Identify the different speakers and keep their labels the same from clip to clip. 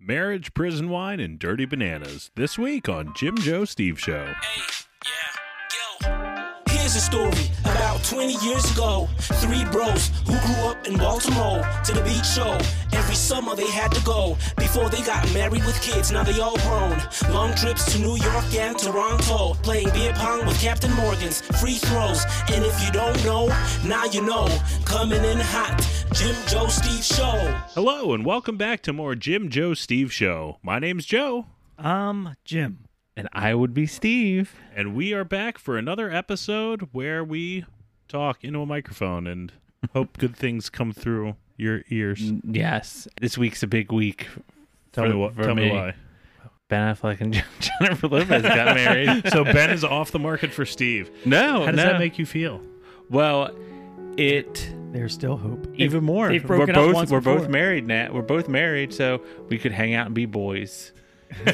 Speaker 1: Marriage, prison wine, and dirty bananas. This week on Jim Joe Steve Show.
Speaker 2: Here's a story about 20 years ago. Three bros who grew up in Baltimore to the beach show. Every summer they had to go before they got married with kids. Now they all grown. Long trips to New York and Toronto. Playing beer pong with Captain Morgan's free throws. And if you don't know, now you know. Coming in hot. Jim Joe Steve Show.
Speaker 1: Hello, and welcome back to more Jim Joe Steve Show. My name's Joe,
Speaker 3: Um, Jim. And I would be Steve.
Speaker 1: and we are back for another episode where we talk into a microphone and hope good things come through your ears.
Speaker 3: Yes. This week's a big week.
Speaker 1: Tell, me, wh-
Speaker 3: for
Speaker 1: tell me why.
Speaker 3: Ben Affleck and Jennifer Lopez got married.
Speaker 1: So Ben is off the market for Steve.
Speaker 3: No,
Speaker 1: How does
Speaker 3: no.
Speaker 1: that make you feel?
Speaker 3: Well, it
Speaker 4: There's still hope.
Speaker 3: even more.
Speaker 4: they've
Speaker 3: we're
Speaker 4: broken up
Speaker 3: both
Speaker 4: once
Speaker 3: we're both
Speaker 4: before.
Speaker 3: married now. We're both married, so we could hang out and be boys.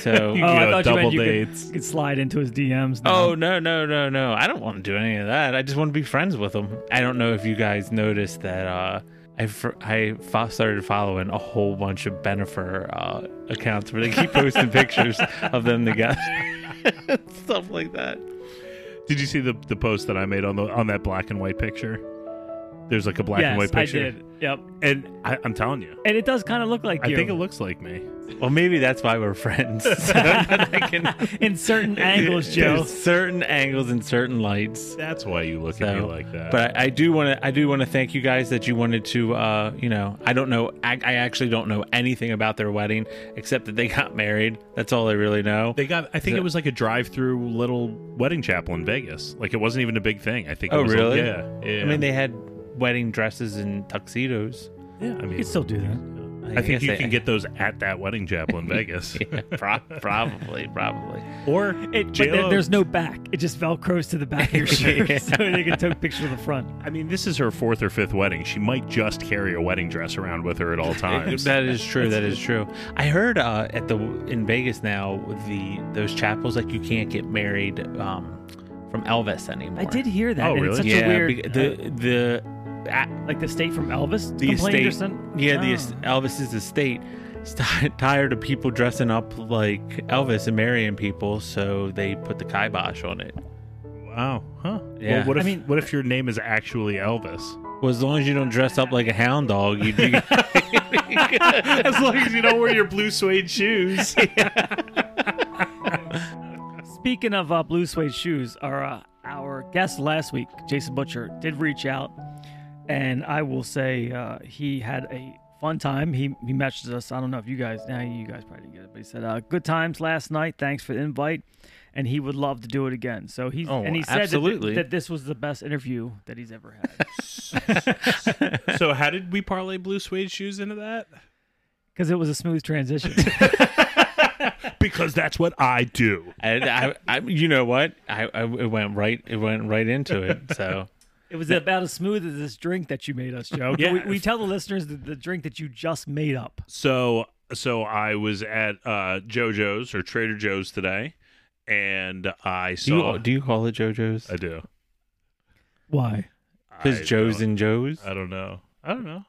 Speaker 3: So
Speaker 1: You
Speaker 4: Oh,
Speaker 1: go
Speaker 4: I thought you
Speaker 1: double
Speaker 4: meant you
Speaker 1: dates.
Speaker 4: could, could slide into his DMs. Now.
Speaker 3: Oh no no no no! I don't want to do any of that. I just want to be friends with them. I don't know if you guys noticed that uh, I fr- I fo- started following a whole bunch of Benifer uh, accounts where they keep posting pictures of them together, stuff like that.
Speaker 1: Did you see the the post that I made on the on that black and white picture? There's like a black
Speaker 4: yes,
Speaker 1: and white picture,
Speaker 4: I did. Yep,
Speaker 1: and I, I'm telling you,
Speaker 4: and it does kind of look like
Speaker 1: I
Speaker 4: you
Speaker 1: think it looks like me.
Speaker 3: Well, maybe that's why we're friends. I can-
Speaker 4: in certain angles, Joe.
Speaker 3: There's certain angles and certain lights.
Speaker 1: That's why you look at me
Speaker 3: So,
Speaker 1: like that.
Speaker 3: But I, I do want to I do want to thank you guys that you wanted to uh, you know I don't know I, I actually don't know anything about their wedding except that they got married. That's all I really know.
Speaker 1: they got. I think it was like a drive-through little wedding chapel in Vegas. Like it wasn't even a big thing. I think. it
Speaker 3: oh
Speaker 1: was like-
Speaker 3: really?
Speaker 1: yeah, yeah.
Speaker 3: I mean they had wedding dresses and tuxedos.
Speaker 1: Yeah, I
Speaker 4: You
Speaker 1: mean.
Speaker 4: could still do that.
Speaker 1: I think
Speaker 3: guess
Speaker 1: you
Speaker 3: they-
Speaker 1: can get those at that wedding chapel in Vegas,
Speaker 3: Pro- probably probably.
Speaker 1: or
Speaker 4: It, but
Speaker 1: J-Lo-
Speaker 4: there- there's no back. It just velcros to the back of your shirt,
Speaker 3: Yeah.
Speaker 4: so they can take pictures of the front.
Speaker 1: I mean, this is her fourth or fifth wedding. She might just carry a wedding dress around with her at all times.
Speaker 3: That is true. That is true. I heard uh, at the in Vegas now the those chapels like you can't get married um, from Elvis anymore.
Speaker 4: I did hear that.
Speaker 1: Oh,
Speaker 4: and
Speaker 1: really?
Speaker 4: It's such
Speaker 3: yeah,
Speaker 4: a weird, uh,
Speaker 3: bec- the the a-
Speaker 4: like the state from Elvis
Speaker 3: the
Speaker 4: complained
Speaker 3: estate.
Speaker 4: or something.
Speaker 3: Yeah, the
Speaker 4: Oh.
Speaker 3: est- Elvis's estate is ti- tired of people dressing up like Elvis and marrying people, so they put the kibosh on it.
Speaker 1: wow, huh?
Speaker 3: Yeah.
Speaker 1: Well, what
Speaker 4: I
Speaker 1: if
Speaker 4: mean-
Speaker 1: what if your name is actually Elvis?
Speaker 3: Well, as long as you don't dress up like a hound dog, you'd be.
Speaker 1: as long as you don't wear your blue suede shoes.
Speaker 4: Speaking of uh, blue suede shoes, our uh, our guest last week, Jason Butcher, did reach out, and I will say uh, he had a fun time. He he messaged us. I don't know if you guys, now you guys probably didn't get it, but he said, uh, "Good times last night. Thanks for the invite." And he would love to do it again. So he's
Speaker 3: Oh,
Speaker 4: and he said that,
Speaker 3: absolutely.
Speaker 4: that this was the best interview that he's ever had
Speaker 1: so how did we parlay blue suede shoes into that?
Speaker 4: because it was a smooth transition.
Speaker 1: Because that's what I do.
Speaker 3: and I, I, you know what? I, I, it went right. It went right into it. So
Speaker 4: it was about as smooth as this drink that you made us, Joe.
Speaker 1: Yeah.
Speaker 4: We, we tell the listeners the, the drink that you just made up.
Speaker 1: So so I was at uh JoJo's or Trader Joe's today and I
Speaker 3: do
Speaker 1: saw
Speaker 3: you, do you call it JoJo's?
Speaker 1: I do.
Speaker 4: Why?
Speaker 3: Because
Speaker 1: I
Speaker 3: Joe's
Speaker 1: don't- Uh,
Speaker 3: and Joe's.
Speaker 1: I don't know. I don't know.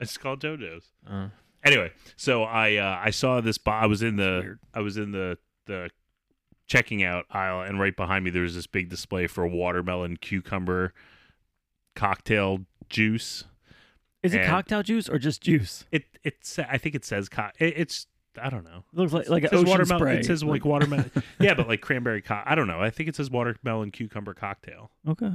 Speaker 1: I just call it JoJo's.
Speaker 3: Uh,
Speaker 1: anyway, so I uh, I saw this. Bo- I was in
Speaker 4: That's
Speaker 1: the
Speaker 4: weird.
Speaker 1: I was in the the checking out aisle, and right behind me there was this big display for watermelon cucumber cocktail juice.
Speaker 4: Is it
Speaker 1: And-
Speaker 4: cocktail juice or just juice?
Speaker 1: It it's I think it says co- it, it's I don't know.
Speaker 4: looks like like
Speaker 1: It
Speaker 4: an
Speaker 1: says
Speaker 4: ocean
Speaker 1: watermelon.
Speaker 4: spray.
Speaker 1: It says like watermelon. yeah, but like cranberry. Co- I don't know. I think it says watermelon cucumber cocktail.
Speaker 4: okay.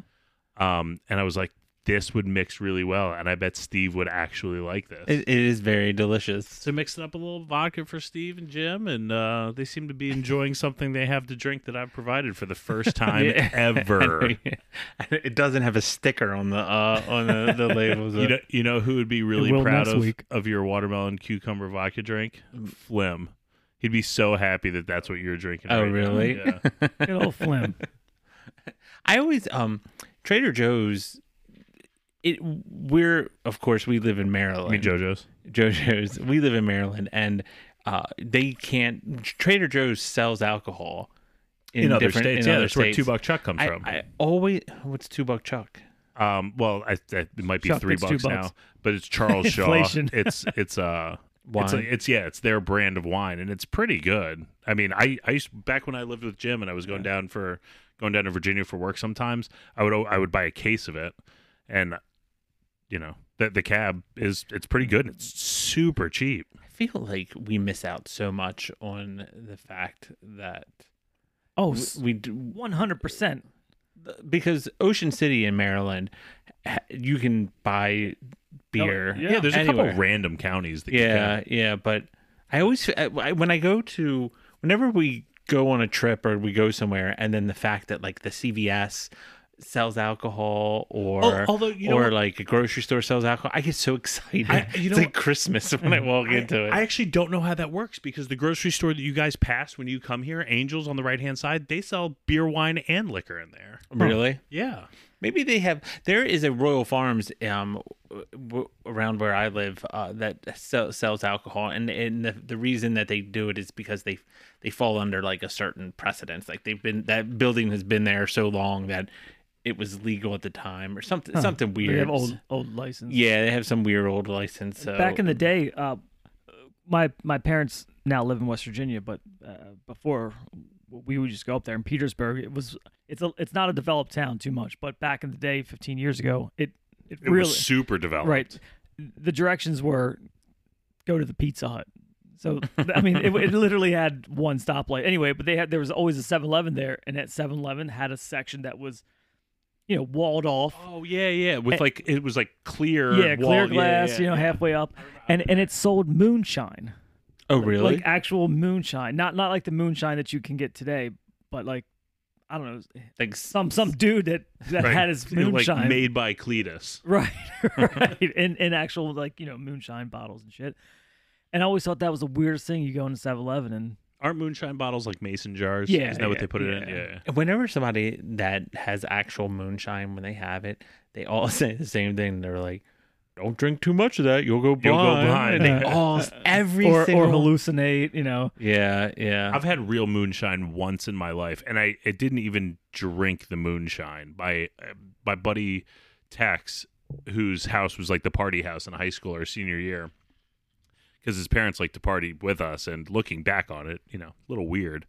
Speaker 1: Um, and I was like, this would mix really well, and I bet Steve would actually like this.
Speaker 3: it, it is very delicious.
Speaker 1: So mixing up a little vodka for Steve and Jim, and uh, they seem to be enjoying something they have to drink that I've provided for the first time
Speaker 3: Yeah.
Speaker 1: ever.
Speaker 3: it doesn't have a sticker on the uh, on the, the label. so-
Speaker 1: You know, you know who would be really
Speaker 4: will
Speaker 1: proud
Speaker 4: next
Speaker 1: of,
Speaker 4: week.
Speaker 1: of your watermelon cucumber vodka drink? Flim. He'd be so happy that that's what you're drinking.
Speaker 3: Oh,
Speaker 1: right now.
Speaker 3: really?
Speaker 1: Yeah.
Speaker 4: Good old Flim.
Speaker 3: I always um Trader Joe's. It we're of course we live in Maryland.
Speaker 1: I mean, JoJo's.
Speaker 3: JoJo's. We live in Maryland, and uh, they can't. Trader Joe's sells alcohol in,
Speaker 1: In, other
Speaker 3: different-
Speaker 1: states,
Speaker 3: in
Speaker 1: yeah,
Speaker 3: other
Speaker 1: that's where
Speaker 3: states.
Speaker 1: two buck chuck comes
Speaker 3: I,
Speaker 1: from.
Speaker 3: I always what's two buck chuck?
Speaker 1: um, well, I, I, it might be
Speaker 4: Chuck,
Speaker 1: three
Speaker 4: it's two
Speaker 1: bucks now,
Speaker 4: bucks.
Speaker 1: but it's Charles Shaw.
Speaker 4: Inflation.
Speaker 1: It's it's uh
Speaker 3: wine.
Speaker 1: It's like it's yeah, it's their brand of wine, and it's pretty good. I mean, I I used back when I lived with Jim, and I was going down for going down to Virginia for work. Sometimes I would I would buy a case of it, and you know that the cab is it's pretty good. and It's super cheap.
Speaker 3: I feel like we miss out so much on the fact that
Speaker 4: Oh,
Speaker 3: we, we do,
Speaker 4: one hundred percent.
Speaker 3: because Ocean City in Maryland, ha- you can buy beer.
Speaker 4: yeah.
Speaker 1: Oh, Yeah, there's a
Speaker 3: anywhere.
Speaker 1: couple random counties that you
Speaker 3: Yeah,
Speaker 1: can.
Speaker 3: yeah, but I always I, I- when I go to whenever we go on a trip or we go somewhere, and then the fact that like the CVS sells alcohol or
Speaker 1: Oh, although, you know
Speaker 3: or
Speaker 1: what-
Speaker 3: like a grocery store sells alcohol, I get so excited.
Speaker 1: I- you
Speaker 3: it's
Speaker 1: know
Speaker 3: like Christmas when I walk into it.
Speaker 1: I actually don't know how that works because the grocery store that you guys pass when you come here, Angels on the right hand side, they sell beer, wine, and liquor in there.
Speaker 3: really?
Speaker 1: Yeah.
Speaker 3: Maybe they have. There is a Royal Farms um w- w- around where I live uh, that sell, sells alcohol, and and the, the reason that they do it is because they they fall under like a certain precedence. Like they've been that building has been there so long that it was legal at the time or something something
Speaker 4: We
Speaker 3: weird.
Speaker 4: have old old license.
Speaker 3: yeah, they have some weird old license. So
Speaker 4: Back in the day, uh, my my parents now live in West Virginia, but uh, before we would just go up there in Petersburg. It was it's a it's not a developed town too much, but back in the day, fifteen years ago, it it,
Speaker 1: It
Speaker 4: really
Speaker 1: was super developed.
Speaker 4: right. The directions were go to the Pizza Hut. So I mean, it, it literally had one stoplight anyway. But they had there was always a 7-Eleven there, and that 7-Eleven had a section that was, you know, walled off.
Speaker 1: Oh yeah, yeah. With like it was like clear,
Speaker 4: yeah,
Speaker 1: wall-
Speaker 4: clear glass,
Speaker 1: yeah,
Speaker 4: you
Speaker 1: yeah.
Speaker 4: know, halfway up, and and it sold moonshine,
Speaker 3: oh really?
Speaker 4: like actual moonshine, not not like the moonshine that you can get today, but like I don't know,
Speaker 3: Like,
Speaker 4: some some dude that that
Speaker 1: Right.
Speaker 4: had his
Speaker 1: You know,
Speaker 4: moonshine,
Speaker 1: like made by Cletus.
Speaker 4: right, right, and and actual like you know moonshine bottles and shit. And I always thought that was the weirdest thing. You go into 7-Eleven and
Speaker 1: Aren't moonshine bottles like mason jars?
Speaker 4: Yeah,
Speaker 1: isn't that what
Speaker 4: yeah,
Speaker 1: they put it in?
Speaker 4: yeah.
Speaker 1: Yeah, yeah.
Speaker 3: Whenever somebody that has actual moonshine, when they have it, they all say the same thing. They're like, "Don't drink too much of that; you'll go blind."
Speaker 1: You'll go blind.
Speaker 3: And they all every
Speaker 4: or
Speaker 3: single
Speaker 4: or hallucinate, you know.
Speaker 3: yeah, yeah.
Speaker 1: I've had real moonshine once in my life, and I, I didn't even drink the moonshine. My uh, my buddy Tex, whose house was like the party house in high school or senior year, because his parents liked to party with us. And looking back on it, you know, a little weird,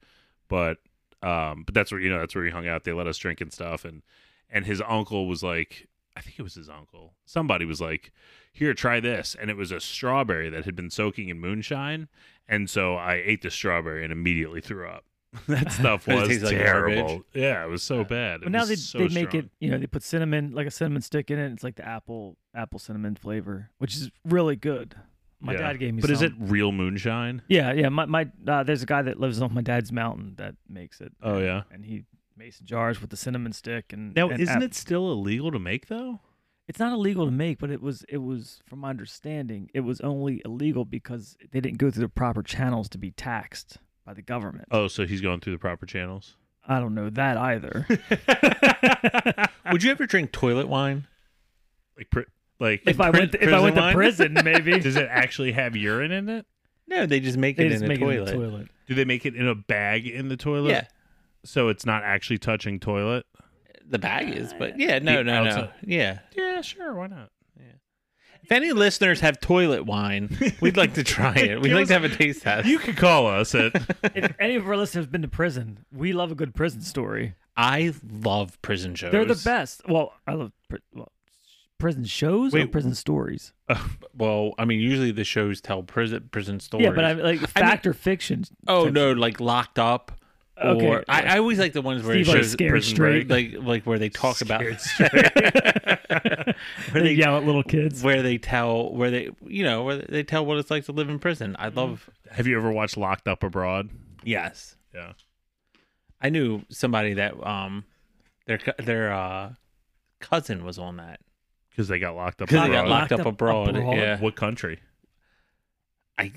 Speaker 1: but um, but that's where you know that's where we hung out. They let us drink and stuff, and and his uncle was like, I think it was his uncle. Somebody was like, "Here, try this," and it was a strawberry that had been soaking in moonshine. And so I ate the strawberry and immediately threw up. that stuff
Speaker 3: It
Speaker 1: was
Speaker 3: tastes like
Speaker 1: terrible.
Speaker 3: garbage.
Speaker 1: yeah, it was so bad. It
Speaker 4: But now
Speaker 1: was
Speaker 4: they
Speaker 1: so
Speaker 4: they make
Speaker 1: strong.
Speaker 4: it, you know, they put cinnamon, like a cinnamon stick in it. It's like the apple apple cinnamon flavor, which is really good. My
Speaker 1: Yeah.
Speaker 4: dad gave me.
Speaker 1: But is
Speaker 4: some.
Speaker 1: it real moonshine?
Speaker 4: Yeah, yeah. My my uh, there's a guy that lives on my dad's mountain that makes it,
Speaker 1: Oh yeah.
Speaker 4: and he makes jars with the cinnamon stick and
Speaker 1: Now,
Speaker 4: and
Speaker 1: isn't
Speaker 4: app-
Speaker 1: it still illegal to make though?
Speaker 4: It's not illegal to make, but it was it was from my understanding, it was only illegal because they didn't go through the proper channels to be taxed by the government.
Speaker 1: Oh, so he's going through the proper channels.
Speaker 4: I don't know that either.
Speaker 3: Would you ever drink toilet wine?
Speaker 1: Like, pr- like
Speaker 4: if I
Speaker 3: pri-
Speaker 4: went if I went to
Speaker 3: prison
Speaker 4: prison, maybe
Speaker 1: does it actually have urine in it?
Speaker 3: No, they just make
Speaker 4: they
Speaker 3: it
Speaker 4: just
Speaker 3: in a
Speaker 4: make
Speaker 3: toilet.
Speaker 4: it in the toilet.
Speaker 1: Do they make it in a bag in the toilet?
Speaker 3: Yeah,
Speaker 1: So it's not actually touching toilet.
Speaker 3: the bag is,
Speaker 4: Uh,
Speaker 3: but yeah, no,
Speaker 1: The
Speaker 3: no, no,
Speaker 1: outside-
Speaker 3: yeah.
Speaker 1: Yeah, sure. Why not?
Speaker 3: If any listeners have toilet wine, we'd like to try it. We'd
Speaker 1: Give
Speaker 3: like
Speaker 1: us-
Speaker 3: to have a taste test.
Speaker 1: You could call us at.
Speaker 4: If any of our listeners have been to prison, we love a good prison story.
Speaker 3: I love prison shows.
Speaker 4: They're the best. Well, I love pri- well, prison shows or
Speaker 3: Wait.
Speaker 4: prison stories.
Speaker 3: Uh, Well, I mean, usually the shows tell prison prison stories.
Speaker 4: Yeah, but I like fact or fiction.
Speaker 3: Oh
Speaker 4: type
Speaker 3: no, like locked up. Or,
Speaker 4: Okay.
Speaker 3: I, I always like the ones where
Speaker 4: Steve
Speaker 3: it
Speaker 4: likes
Speaker 3: shows
Speaker 4: Scared
Speaker 3: prison
Speaker 4: Straight.
Speaker 3: break, like like where they talk about
Speaker 4: They, yell at little kids.
Speaker 3: where they tell where they you know where they tell what it's like to live in prison. I love
Speaker 1: Have you ever watched Locked Up Abroad?
Speaker 3: yes.
Speaker 1: Yeah.
Speaker 3: I knew somebody that um their co- their uh cousin was on that
Speaker 1: Because they got locked up.
Speaker 3: because they got
Speaker 1: abroad.
Speaker 3: locked,
Speaker 4: Locked
Speaker 3: up,
Speaker 4: up
Speaker 3: abroad.
Speaker 4: abroad.
Speaker 3: Yeah,
Speaker 1: What country?
Speaker 3: I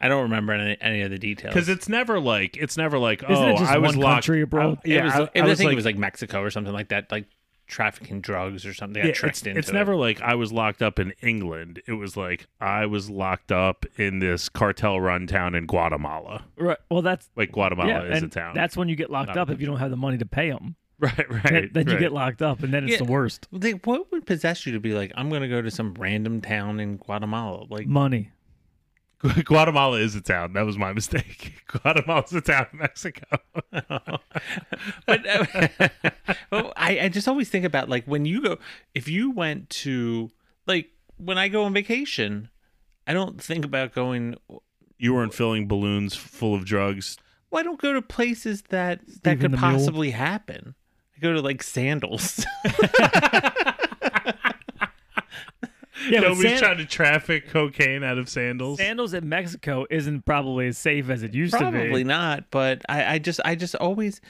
Speaker 3: I don't remember any, any of the details
Speaker 1: Because it's never like it's never like
Speaker 4: Isn't
Speaker 1: oh
Speaker 4: it just
Speaker 1: I was
Speaker 4: one
Speaker 1: locked.
Speaker 4: country abroad?
Speaker 1: I- yeah,
Speaker 3: it was,
Speaker 1: I,
Speaker 3: I,
Speaker 1: I was
Speaker 3: think
Speaker 1: like,
Speaker 3: it was like Mexico or something like that, like trafficking drugs or something. I
Speaker 1: yeah,
Speaker 3: tricked
Speaker 1: it's,
Speaker 3: into
Speaker 1: it's
Speaker 3: it.
Speaker 1: never like I was locked up in England. It was like I was locked up in this cartel run town in Guatemala.
Speaker 4: Right. Well, that's
Speaker 1: Like Guatemala
Speaker 4: yeah,
Speaker 1: is a
Speaker 4: and
Speaker 1: town.
Speaker 4: That's when you get locked
Speaker 1: Not a
Speaker 4: up if you don't have the money to pay them.
Speaker 1: right, right.
Speaker 4: then you
Speaker 1: right.
Speaker 4: get locked up, and then it's
Speaker 3: Yeah.
Speaker 4: the worst.
Speaker 3: Well, they- what would possess you to be like, I'm going to go to some random town in Guatemala? Like,
Speaker 4: Money.
Speaker 1: Gu- Guatemala is a town. That was my mistake. Guatemala's a town in Mexico.
Speaker 3: but uh, but I, I just always think about like when you go if you went to like when I go on vacation, I don't think about going.
Speaker 1: you weren't filling balloons full of drugs.
Speaker 3: Well, I don't go to places that
Speaker 4: Stephen
Speaker 3: that could
Speaker 4: the Mule.
Speaker 3: possibly happen. I go to like sandals.
Speaker 4: Yeah, but
Speaker 1: Nobody's
Speaker 4: sand-
Speaker 1: trying to traffic cocaine out of sandals.
Speaker 4: sandals in Mexico isn't probably as safe as it used to be.
Speaker 3: Probably not, but I, I just I just always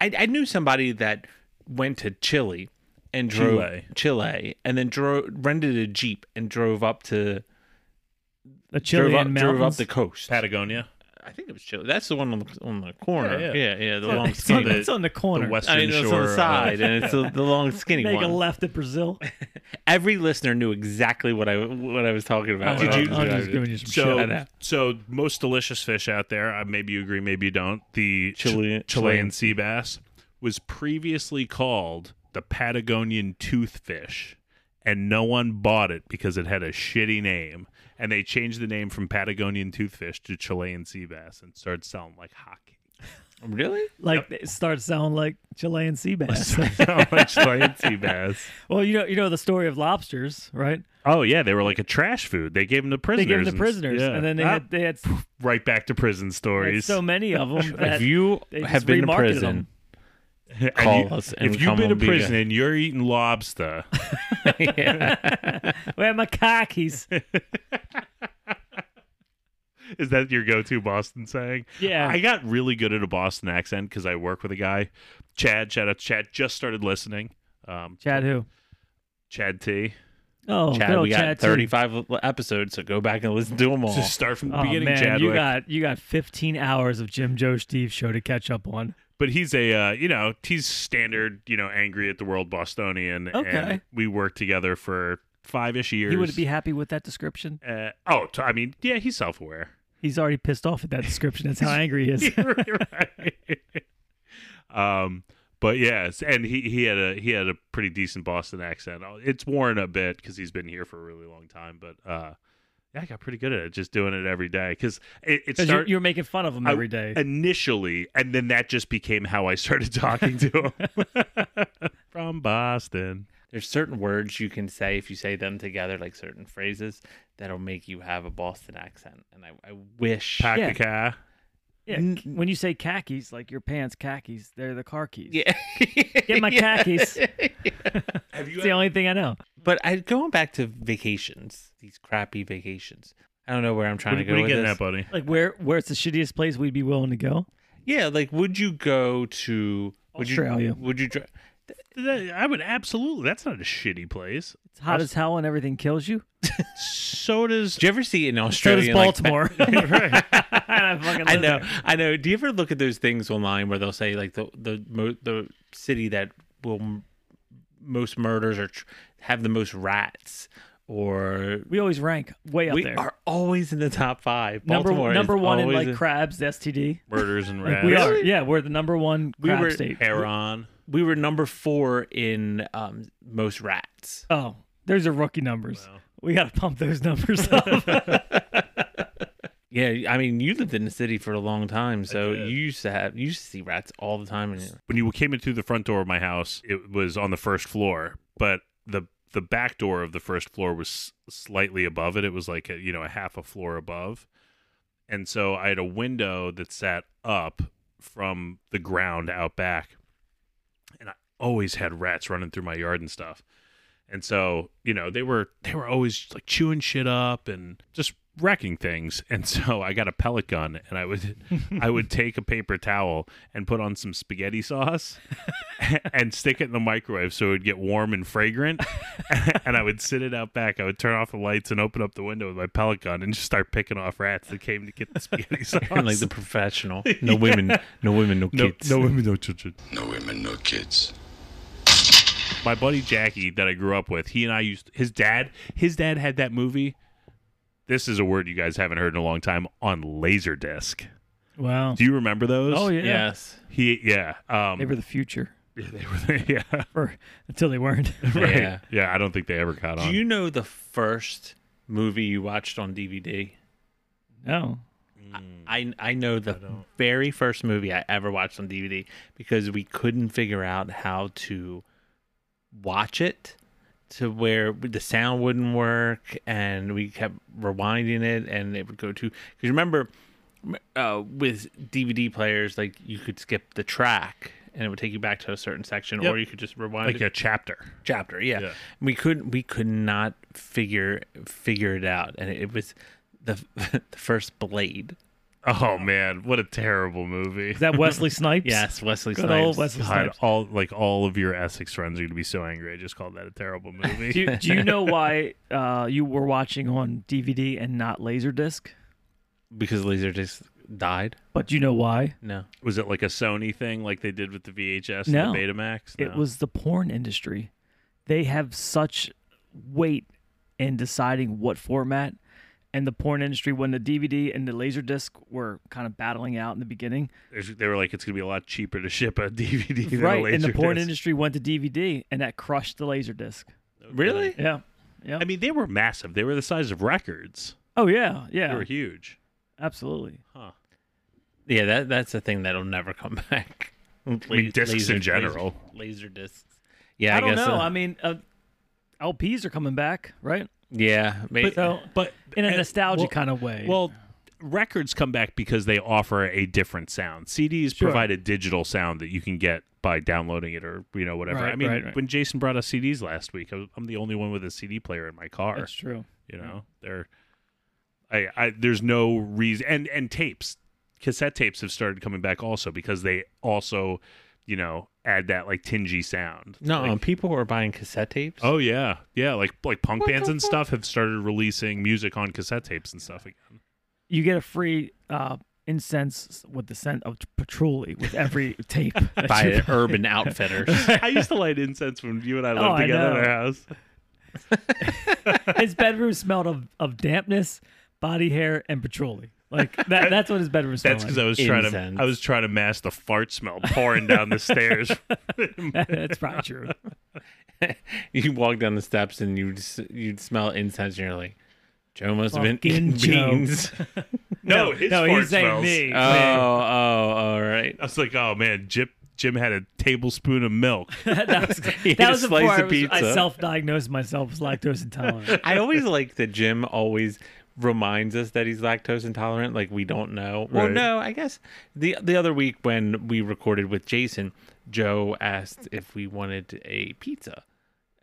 Speaker 3: I, I knew somebody that went to Chile and drove
Speaker 1: Chile.
Speaker 3: Chile and then drove rented a jeep and drove up to
Speaker 4: The Chilean
Speaker 3: drove up,
Speaker 4: mountains.
Speaker 3: drove up the coast.
Speaker 1: Patagonia,
Speaker 3: I think it was Chile. That's the one on the on the corner.
Speaker 1: Yeah,
Speaker 3: Yeah,
Speaker 1: yeah.
Speaker 3: yeah, the long
Speaker 4: it's, on,
Speaker 3: skinny.
Speaker 1: the-
Speaker 4: it's on the
Speaker 1: the
Speaker 4: corner.
Speaker 1: western
Speaker 3: I mean, it's
Speaker 1: shore.
Speaker 3: on the
Speaker 1: uh,
Speaker 3: side, and it's the, the long skinny
Speaker 4: Make a
Speaker 3: one.
Speaker 4: left at Brazil.
Speaker 3: Every listener knew exactly what I what I was talking about.
Speaker 1: Did
Speaker 4: I'm
Speaker 1: you-
Speaker 4: just- I'm just giving you some
Speaker 1: uh, so,
Speaker 4: shit.
Speaker 1: so most delicious fish out there. Uh, maybe you agree, maybe you don't. The Ch-
Speaker 3: Chilean-
Speaker 1: Chilean
Speaker 3: Chilean.
Speaker 1: sea bass was previously called the Patagonian toothfish, and no one bought it because it had a shitty name. And they changed the name from Patagonian toothfish to Chilean sea bass and started selling like hockey.
Speaker 3: Really?
Speaker 4: Like it starts sounding like Chilean sea bass.
Speaker 1: like Chilean sea bass.
Speaker 4: well, you know, you know the story of lobsters, right?
Speaker 1: Oh yeah, they were like a trash food. They gave them to
Speaker 4: They
Speaker 1: prisoners.
Speaker 4: gave them to prisoners,
Speaker 1: yeah.
Speaker 4: and then they
Speaker 1: Ah,
Speaker 4: had they had, they
Speaker 1: right back to prison
Speaker 4: had
Speaker 1: stories.
Speaker 4: so many of them. That
Speaker 3: if you
Speaker 4: they just
Speaker 3: have been to
Speaker 4: remarketed
Speaker 3: prison,
Speaker 4: them.
Speaker 1: And
Speaker 3: call us and
Speaker 1: if you've
Speaker 3: come
Speaker 1: been to
Speaker 3: and be
Speaker 1: prison and you're eating lobster,
Speaker 4: where are my khakis?
Speaker 1: is that your go-to Boston saying?
Speaker 4: Yeah.
Speaker 1: I got really good at a Boston accent because I work with a guy, Chad. Shout out, to Chad. Just started listening. Um,
Speaker 4: Chad who?
Speaker 1: Chad T.
Speaker 4: Oh, good
Speaker 3: Chad,
Speaker 4: old
Speaker 3: we got
Speaker 4: Chad T.
Speaker 3: 35 l- episodes, so go back and listen to them all.
Speaker 1: Just start from the
Speaker 4: Oh
Speaker 1: beginning,
Speaker 4: man,
Speaker 1: Chadwick.
Speaker 4: you got you got 15 hours of Jim Joe Steve show to catch up on.
Speaker 1: but he's a uh, you know he's standard you know angry at the world Bostonian. And
Speaker 4: Okay.
Speaker 1: we worked together for five ish years.
Speaker 4: He would be happy with that description.
Speaker 1: Uh, oh, t- I mean, yeah, he's self-aware.
Speaker 4: He's already pissed off at that description. That's how angry he is.
Speaker 1: You're right. um, but yes, and he, he had a he had a pretty decent Boston accent. Oh, It's worn a bit because he's been here for a really long time. But uh, yeah, I got pretty good at it, just doing it every day because it, it
Speaker 4: Because you're,
Speaker 1: started
Speaker 4: you're making fun of him every day.
Speaker 1: initially, and then that just became how I started talking to him from Boston.
Speaker 3: There's certain words you can say if you say them together, like certain phrases, that'll make you have a Boston accent. And I, I wish.
Speaker 1: Pack
Speaker 4: Yeah.
Speaker 1: the car.
Speaker 4: yeah,
Speaker 3: n-
Speaker 4: when you say khakis, like your pants khakis, they're the car keys.
Speaker 3: Yeah.
Speaker 4: Get my khakis.
Speaker 1: Have you
Speaker 4: It's the only thing I know.
Speaker 3: But I going back to vacations, these crappy vacations. I don't know where I'm trying
Speaker 1: what,
Speaker 3: to go
Speaker 1: what are you
Speaker 3: with
Speaker 1: getting
Speaker 3: this.
Speaker 1: at, buddy?
Speaker 4: Like where where it's the shittiest place we'd be willing to go.
Speaker 3: Yeah, like would you go to would
Speaker 4: Australia.
Speaker 3: You, would you? dr-
Speaker 1: That- I would absolutely. That's not a shitty place.
Speaker 4: It's hot as hell and everything kills you.
Speaker 1: So does
Speaker 3: Did you ever see in
Speaker 4: So
Speaker 3: Australia?
Speaker 4: does
Speaker 3: like,
Speaker 4: Baltimore.
Speaker 1: right.
Speaker 4: I, fucking
Speaker 3: I
Speaker 4: live
Speaker 3: know,
Speaker 4: there.
Speaker 3: I know. Do you ever look at those things online where they'll say like the the mo- the city that will m- most murders or tr- have the most rats or
Speaker 4: We always rank way up
Speaker 3: we
Speaker 4: there.
Speaker 3: are always in the top five.
Speaker 4: number
Speaker 3: Baltimore is
Speaker 4: number one in
Speaker 3: always
Speaker 4: like crabs, the STD.
Speaker 1: murders and
Speaker 4: Like
Speaker 1: rats.
Speaker 4: we are. Yeah, we're the number one
Speaker 3: We
Speaker 4: crab
Speaker 3: were-
Speaker 4: state.
Speaker 1: Heron.
Speaker 3: we were number four in um, most rats.
Speaker 4: Oh, there's are rookie numbers. We got to pump those numbers up.
Speaker 3: Yeah, I mean, you lived in the city for a long time, so
Speaker 1: did.
Speaker 3: you used to have you used to see rats all the time. In your,
Speaker 1: When you came in through the front door of my house, it was on the first floor, but the the back door of the first floor was s- slightly above it. It was like a, you know a half a floor above, and so I had a window that sat up from the ground out back, and I always had rats running through my yard and stuff. And so, you know, they were they were always like chewing shit up and just wrecking things. And so I got a pellet gun and I would I would take a paper towel and put on some spaghetti sauce and stick it in the microwave so it would get warm and fragrant. and I would sit it out back. I would turn off the lights and open up the window with my pellet gun and just start picking off rats that came to get the spaghetti sauce.
Speaker 3: like the professional, no women, no women, no
Speaker 1: no,
Speaker 3: kids.
Speaker 1: no women, no children.
Speaker 5: No women, no kids.
Speaker 1: my buddy Jackie that I grew up with, he and I used his dad. His dad had that movie. This is a word you guys haven't heard in a long time on Laserdisc.
Speaker 4: wow.
Speaker 1: Do you remember those?
Speaker 4: Oh yeah.
Speaker 3: Yes,
Speaker 1: He yeah. Um,
Speaker 4: They were the future.
Speaker 1: they were- yeah.
Speaker 4: Or until they weren't.
Speaker 1: Right. Yeah.
Speaker 3: Yeah.
Speaker 1: I don't think they ever caught
Speaker 3: Do
Speaker 1: on.
Speaker 3: you know the first movie you watched on DVD?
Speaker 4: No.
Speaker 3: I I know the very first movie I ever watched on DVD because we couldn't figure out how to watch it to where the sound wouldn't work and we kept rewinding it and it would go to because remember uh, with DVD players like you could skip the track and it would take you back to a certain section
Speaker 1: Yep.
Speaker 3: or you could just rewind
Speaker 1: like
Speaker 3: it
Speaker 1: a chapter.
Speaker 3: chapter yeah.
Speaker 1: Yeah.
Speaker 3: we couldn't we could not figure figure it out and it was the the first blade
Speaker 1: Oh man, what a terrible movie!
Speaker 4: Is that Wesley Snipes?
Speaker 3: yes wesley
Speaker 4: Good
Speaker 3: Snipes.
Speaker 4: old Wesley
Speaker 1: God,
Speaker 4: Snipes.
Speaker 1: all like all of your Essex friends are going to be so angry. I just called that a terrible movie.
Speaker 4: Do you, do you know why uh, you were watching on DVD and not Laserdisc?
Speaker 3: because laser just died
Speaker 4: But you know why?
Speaker 3: no
Speaker 1: was it like a Sony thing, like they did with the VHS
Speaker 4: No.
Speaker 1: and the Betamax?
Speaker 4: It
Speaker 1: No.
Speaker 4: was the porn industry. They have such weight in deciding what format. And the porn industry, when the DVD and the Laserdisc were kind of battling out in the beginning,
Speaker 1: There's- They were like, it's going to be a lot cheaper to ship a DVD than
Speaker 4: right?
Speaker 1: a
Speaker 4: and the porn
Speaker 1: Laserdisc.
Speaker 4: industry went to DVD, and that crushed the Laserdisc.
Speaker 3: really
Speaker 4: Yeah, yeah.
Speaker 1: I mean, they were massive. They were the size of records.
Speaker 4: oh yeah,
Speaker 1: They were
Speaker 4: yeah,
Speaker 1: huge.
Speaker 4: absolutely.
Speaker 1: Huh.
Speaker 3: yeah that that's a thing that'll never come back
Speaker 1: I mean, discs in general.
Speaker 3: laser, laser discs yeah i,
Speaker 4: I don't
Speaker 3: guess
Speaker 4: know.
Speaker 3: uh,
Speaker 4: I mean, uh, LPs are coming back, right?
Speaker 3: yeah maybe,
Speaker 1: But,
Speaker 4: So-
Speaker 1: but
Speaker 4: In a
Speaker 1: and-
Speaker 4: nostalgia
Speaker 1: well-
Speaker 4: kind of way.
Speaker 1: Well, records come back because they offer a different sound. CDs provide a digital sound that you can get by downloading it or you know whatever.
Speaker 4: Right,
Speaker 1: I mean,
Speaker 4: right, right.
Speaker 1: when Jason brought us CDs last week, I was- I'm the only one with a CD player in my car.
Speaker 4: that's true.
Speaker 1: You know, they're I, I there's no reason and and tapes, cassette tapes have started coming back also because they also, you know, add that like tingy sound.
Speaker 3: no um,
Speaker 1: Like-
Speaker 3: people were buying cassette tapes
Speaker 1: Oh yeah, yeah. Like like punk bands and stuff have started releasing music on cassette tapes and stuff again.
Speaker 4: You get a free uh, incense with the scent of patchouli with every tape. that you
Speaker 3: by urban outfitters
Speaker 1: I used to light incense when you and I lived
Speaker 4: Oh, I
Speaker 1: together in
Speaker 4: know.
Speaker 1: our house.
Speaker 4: his bedroom smelled of, of dampness, body hair, and patchouli. Like that, that's what his bedroom smelled
Speaker 1: That's
Speaker 4: like.
Speaker 1: because I was trying
Speaker 3: Incense.
Speaker 1: to I was trying to mask the fart smell pouring down the stairs.
Speaker 4: that's probably true.
Speaker 3: you walk down the steps and you'd s- you'd smell incense and you're like joe must have been
Speaker 4: Fucking
Speaker 3: eating
Speaker 4: Joe.
Speaker 3: beans
Speaker 1: no, his
Speaker 4: no,
Speaker 1: fart
Speaker 4: he's saying
Speaker 1: smells.
Speaker 4: me.
Speaker 3: oh oh all right
Speaker 1: I was like, oh man, Jim Jim had a tablespoon of milk.
Speaker 4: that was,
Speaker 3: He
Speaker 4: that
Speaker 3: had a
Speaker 4: was
Speaker 3: slice
Speaker 4: before I,
Speaker 3: of
Speaker 4: was- I
Speaker 3: pizza.
Speaker 4: self-diagnosed myself as lactose intolerant.
Speaker 3: I always like that Jim always reminds us that he's lactose intolerant. Like we don't know. Well,
Speaker 1: Right.
Speaker 3: no, I guess the the other week when we recorded with Jason, Joe asked if we wanted a pizza.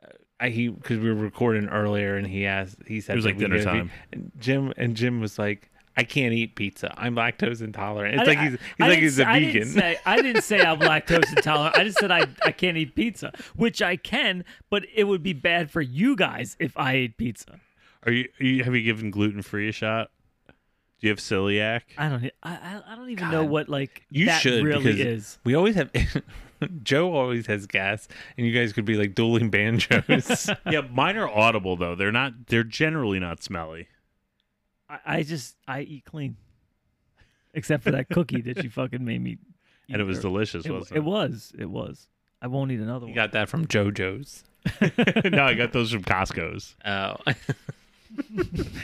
Speaker 3: Uh, I, he because we were recording earlier and he asked he said
Speaker 1: It was
Speaker 3: that
Speaker 1: like
Speaker 3: we
Speaker 1: dinner
Speaker 3: could have
Speaker 1: time.
Speaker 3: pe- and Jim and Jim was like. I can't eat pizza. I'm lactose intolerant. It's like he's, he's
Speaker 4: I
Speaker 3: like
Speaker 4: didn't
Speaker 3: he's a
Speaker 4: s- I didn't
Speaker 3: vegan.
Speaker 4: say, I didn't say I'm lactose intolerant. I just said I, I can't eat pizza, which I can, but it would be bad for you guys if I ate pizza.
Speaker 1: Are you, are you have you given gluten free a shot? Do you have celiac?
Speaker 4: I don't. e- I I- I don't even know what like
Speaker 3: You
Speaker 4: that
Speaker 3: should
Speaker 4: really
Speaker 3: because
Speaker 4: is.
Speaker 3: we always have Joe always has gas, and you guys could be like dueling banjos.
Speaker 1: yeah, mine are audible though. They're not. They're generally not smelly.
Speaker 4: I, I just I eat clean, except for that cookie that you fucking made me. eat
Speaker 1: And it was
Speaker 4: ear-
Speaker 1: delicious,
Speaker 4: It,
Speaker 1: wasn't it?
Speaker 4: it was. It was. I won't eat another
Speaker 3: You
Speaker 4: one.
Speaker 3: got that from JoJo's.
Speaker 1: no, I got those from Costco's.
Speaker 3: Oh.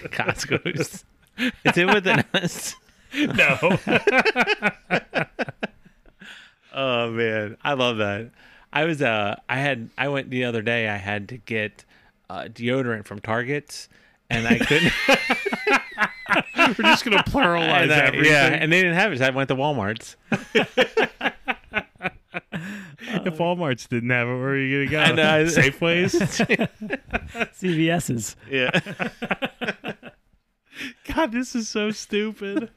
Speaker 3: Costco's. Is it within us?
Speaker 1: No.
Speaker 3: Oh man, I love that. I was uh I had I went the other day I had to get uh deodorant from Target and I couldn't
Speaker 1: We're just gonna pluralize
Speaker 3: and I-
Speaker 1: everything.
Speaker 3: Yeah, and they didn't have it, so I went to Walmart's.
Speaker 1: if Walmart's didn't have it, where are you gonna go?
Speaker 3: And, uh,
Speaker 1: Safeways.
Speaker 4: CVS's.
Speaker 3: Yeah.
Speaker 1: God, this is so stupid.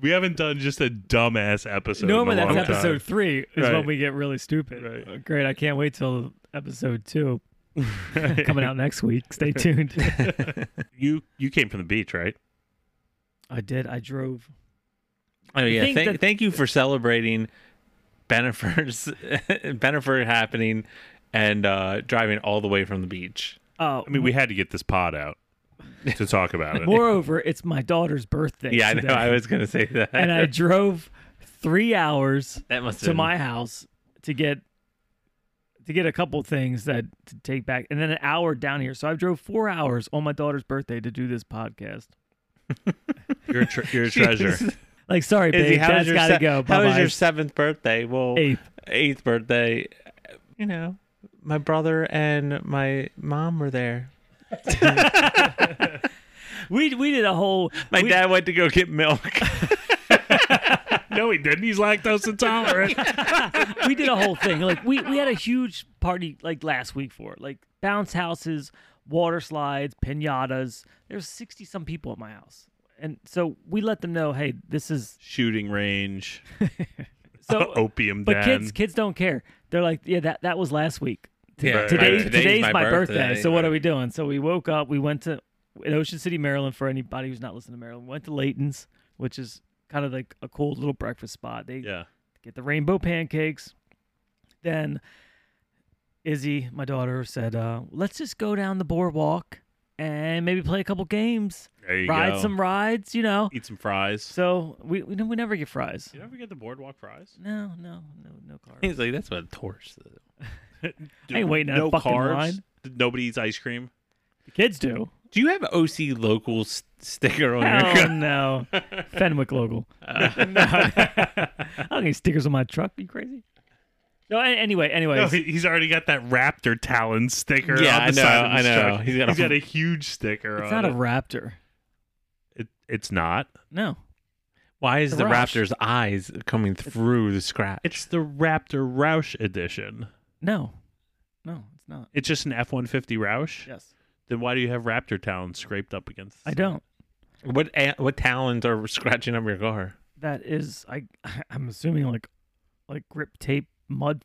Speaker 1: We haven't done just a dumbass episode.
Speaker 4: Normally
Speaker 1: in a
Speaker 4: that's
Speaker 1: long
Speaker 4: episode three is
Speaker 1: Right.
Speaker 4: when we get really stupid.
Speaker 1: Right.
Speaker 4: Uh, Great. I can't wait till episode two
Speaker 1: time.
Speaker 4: coming out next week. Stay tuned.
Speaker 1: You you came from the beach, right?
Speaker 4: I did. I drove.
Speaker 3: Oh yeah,
Speaker 4: think
Speaker 3: thank,
Speaker 4: that-
Speaker 3: thank you for celebrating Benefer's Benefer happening and uh, driving all the way from the beach.
Speaker 4: Uh,
Speaker 1: I mean, we had to get this pod out to talk about it.
Speaker 4: moreover, it's my daughter's birthday.
Speaker 3: Yeah, I know.
Speaker 4: today,
Speaker 3: I was gonna say that.
Speaker 4: and I drove three hours
Speaker 3: that must
Speaker 4: to my house to get to get a couple things that to take back and then an hour down here so i drove four hours on my daughter's birthday to do this podcast
Speaker 1: You're a, tre- you're a treasure.
Speaker 4: Like, sorry, babe,
Speaker 3: Izzy, how was
Speaker 4: dad's
Speaker 3: your
Speaker 4: got to
Speaker 3: se-
Speaker 4: go.
Speaker 3: How was
Speaker 4: Bye-bye.
Speaker 3: your seventh birthday? Well,
Speaker 4: Eighth.
Speaker 3: eighth birthday. You know, my brother and my mom were there.
Speaker 4: We we did a whole.
Speaker 3: My
Speaker 4: we-
Speaker 3: dad went to go get milk.
Speaker 1: no, he didn't. He's lactose intolerant.
Speaker 4: we did a whole thing. Like we we had a huge party like last week for it. Like bounce houses, water slides, pinatas. There's sixty some people at my house, and so we let them know, hey, this is
Speaker 1: Shooting range.
Speaker 3: Oh,
Speaker 4: so.
Speaker 1: Opium
Speaker 4: but
Speaker 1: den.
Speaker 4: kids kids don't care. They're like, yeah, that that was last week. T-
Speaker 3: Yeah,
Speaker 4: today
Speaker 3: right.
Speaker 4: today's,
Speaker 5: Today's
Speaker 4: my,
Speaker 5: my
Speaker 4: birthday.
Speaker 5: birthday.
Speaker 4: So what are we doing? So we woke up. We went to in Ocean City, Maryland. For anybody who's not listening to Maryland, we went to Layton's, which is kind of like a cool little breakfast spot. They
Speaker 1: yeah.
Speaker 4: get the rainbow pancakes. Then Izzy, my daughter, said, uh, "Let's just go down the boardwalk and maybe play a couple games,
Speaker 1: There you
Speaker 4: ride
Speaker 1: go.
Speaker 4: some rides, you know."
Speaker 1: Eat some fries.
Speaker 4: So we we, we never get fries.
Speaker 1: you ever get the boardwalk fries?
Speaker 4: No, no, no, no carbs.
Speaker 3: He's like, that's what a torch. is."
Speaker 4: I ain't waiting in a
Speaker 1: no
Speaker 4: fucking
Speaker 1: carbs.
Speaker 4: line.
Speaker 1: Nobody eats ice cream.
Speaker 4: The kids do.
Speaker 3: Do you have an OC local s- sticker on your
Speaker 4: Hell Oh, no, Fenwick local.
Speaker 1: Uh.
Speaker 4: no, I don't need stickers on my truck. you crazy? No. a- Anyway,
Speaker 1: No,
Speaker 4: anyways,
Speaker 1: he- he's already got that Raptor Talon sticker.
Speaker 3: Yeah,
Speaker 1: on the
Speaker 3: I know,
Speaker 1: Side of his
Speaker 3: I know.
Speaker 1: truck.
Speaker 3: He's got a-
Speaker 1: he's got a huge sticker.
Speaker 4: it's
Speaker 1: on
Speaker 4: not
Speaker 1: it.
Speaker 4: a raptor.
Speaker 1: It- it's not.
Speaker 4: No.
Speaker 3: Why is
Speaker 4: The
Speaker 3: the,
Speaker 4: rush.
Speaker 3: raptor's eyes coming through the scratch?
Speaker 1: It's the Raptor Roush edition.
Speaker 4: No. No, it's not.
Speaker 1: It's just an F one fifty Roush.
Speaker 4: Yes.
Speaker 1: Then why do you have Raptor Talon scraped up against? the
Speaker 4: I
Speaker 1: side?
Speaker 4: don't.
Speaker 3: What a- what talons are scratching up your car?
Speaker 4: That is I I'm assuming like like grip tape mud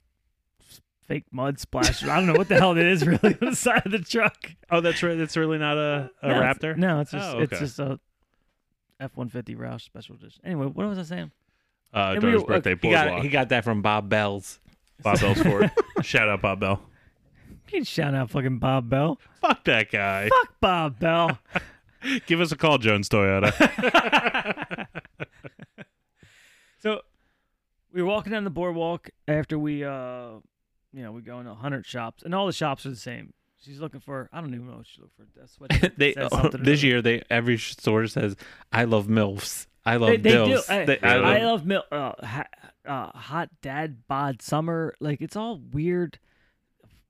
Speaker 4: fake mud splash. I don't know what the hell it is really on the side of the truck.
Speaker 1: Oh, that's right. That's really not a, a
Speaker 4: no, it's-
Speaker 1: Raptor.
Speaker 4: No, it's just
Speaker 1: Oh,
Speaker 4: it's
Speaker 1: okay.
Speaker 4: just a F one fifty Roush special edition. Anyway, what was I saying?
Speaker 1: Uh,
Speaker 4: And
Speaker 1: Dora's
Speaker 4: we-
Speaker 1: birthday
Speaker 3: He
Speaker 1: boardwalk.
Speaker 3: got he got that from Bob Bell's.
Speaker 1: Bob Bell's Ford. Shout out Bob Bell.
Speaker 4: You can shout out fucking Bob Bell.
Speaker 1: Fuck that guy.
Speaker 4: Fuck Bob Bell.
Speaker 1: Give us a call, Jones Toyota.
Speaker 4: So we were walking down the boardwalk after we, uh, you know, we go into 100 shops, and all the shops are the same. She's looking for, I don't even know what she's looking for. That's what
Speaker 3: they oh, this year they every store says I love milfs. I love
Speaker 4: They, they do.
Speaker 3: dills.
Speaker 4: I,
Speaker 3: They-
Speaker 4: I,
Speaker 3: I love-
Speaker 4: love mil- uh, ha- uh, hot dad bod summer. Like it's all weird,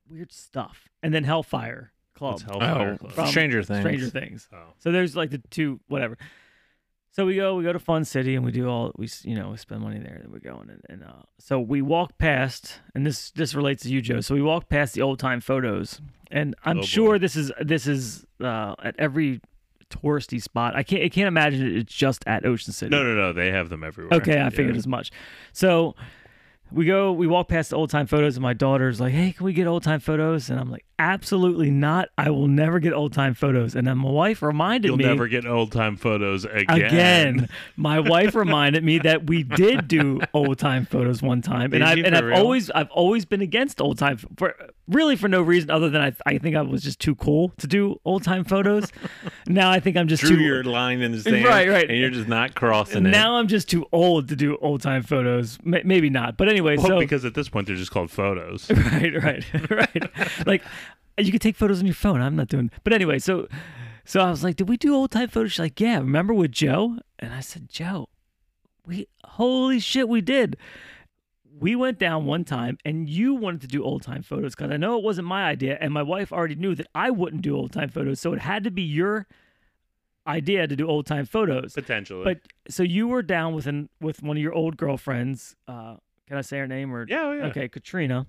Speaker 4: weird stuff. And then Hellfire Club.
Speaker 1: It's Hellfire
Speaker 3: oh,
Speaker 1: Club.
Speaker 4: From
Speaker 3: Stranger Things.
Speaker 4: Stranger Things.
Speaker 1: Oh.
Speaker 4: So there's like the two whatever. So we go, we go to Fun City, and we do all we s- you know we spend money there. Then we go and and uh, so we walk past, and this this relates to you, Joe. So we walk past the old time photos, and I'm
Speaker 1: Oh, boy.
Speaker 4: sure this is this is uh, at every touristy spot. I can't I can't imagine it's just at Ocean City.
Speaker 1: No, no, no. They have them everywhere.
Speaker 4: Okay, I figured
Speaker 1: Yeah.
Speaker 4: as much. So we go, we walk past the old time photos, and my daughter's like, "Hey, can we get old time photos?" And I'm like, "Absolutely not! I will never get old time photos." And then my wife reminded
Speaker 1: You'll
Speaker 4: me
Speaker 1: never get old time photos again.
Speaker 4: again. my wife reminded me that we did do old time photos one time,
Speaker 3: Did
Speaker 4: and I've
Speaker 3: you
Speaker 4: and
Speaker 3: for
Speaker 4: I've
Speaker 3: real?
Speaker 4: always I've always been against old time ph- for really for no reason other than I I think I was just too cool to do old time photos. now I think I'm just
Speaker 3: Drew
Speaker 4: too
Speaker 3: your line in the sand,
Speaker 4: Right, right.
Speaker 3: and you're just not crossing it.
Speaker 4: now I'm just too old to do old time photos. M- maybe not, but anyway.
Speaker 1: Well,
Speaker 4: so
Speaker 1: because at this point they're just called photos.
Speaker 4: right, right, right. like you can take photos on your phone. I'm not doing. But anyway, so so I was like, did we do old time photos? She's like, yeah. Remember with Joe? And I said, Joe, we holy shit, we did. We went down one time, and you wanted to do old time photos because I know it wasn't my idea, and my wife already knew that I wouldn't do old time photos, so it had to be your idea to do old time photos.
Speaker 1: Potentially.
Speaker 4: But so you were down with an with one of your old girlfriends. Uh, can I say her name or
Speaker 1: yeah, oh, yeah.
Speaker 4: Okay, Katrina.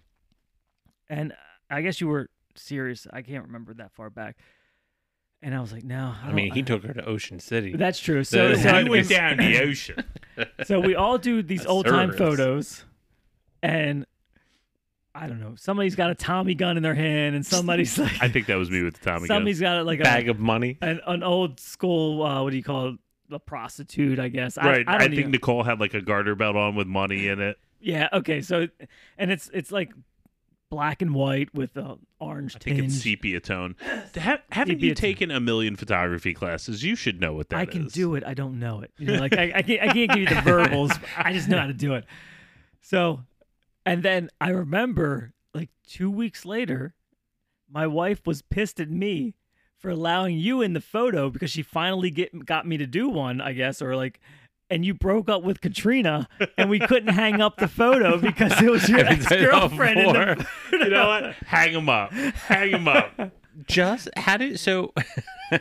Speaker 4: And I guess you were serious. I can't remember that far back. And I was like, no.
Speaker 3: I
Speaker 4: I, don't-
Speaker 3: mean, he took her to Ocean City.
Speaker 4: That's true. So,
Speaker 3: That
Speaker 4: so,
Speaker 3: had
Speaker 1: we
Speaker 3: to
Speaker 1: went
Speaker 3: be-
Speaker 1: down the ocean.
Speaker 4: so we all do these old time
Speaker 3: Serious.
Speaker 4: photos, and I don't know. Somebody's got a Tommy gun in their hand, and somebody's like,
Speaker 1: I think that was me with the Tommy gun.
Speaker 4: somebody's got like
Speaker 3: bag
Speaker 4: a,
Speaker 3: of money.
Speaker 4: an, an old school. Uh, what do you call it? A prostitute, I guess.
Speaker 1: Right.
Speaker 4: I, I,
Speaker 1: I,
Speaker 4: don't
Speaker 1: think
Speaker 4: even-
Speaker 1: Nicole had like a garter belt on with money in it.
Speaker 4: Yeah. Okay. So, and it's it's like black and white with uh, orange
Speaker 1: I think
Speaker 4: tinge.
Speaker 1: it's sepia tone. Ha- haven't
Speaker 4: Sepia
Speaker 1: you
Speaker 4: tone.
Speaker 1: taken a million photography classes? You should know what that
Speaker 4: I
Speaker 1: is.
Speaker 4: can do it. I don't know it. You know, like I, I, can't, I can't give you the verbals. I just know how to do it. So, and then I remember like two weeks later, my wife was pissed at me for allowing you in the photo because she finally get got me to do one, I guess, or like. And you broke up with Katrina, and we couldn't hang up the photo because it was your
Speaker 3: I've
Speaker 4: ex
Speaker 3: done it
Speaker 4: girlfriend. In
Speaker 3: before.
Speaker 4: the photo.
Speaker 1: You know what? Hang him up. Hang him up.
Speaker 3: Just how do so?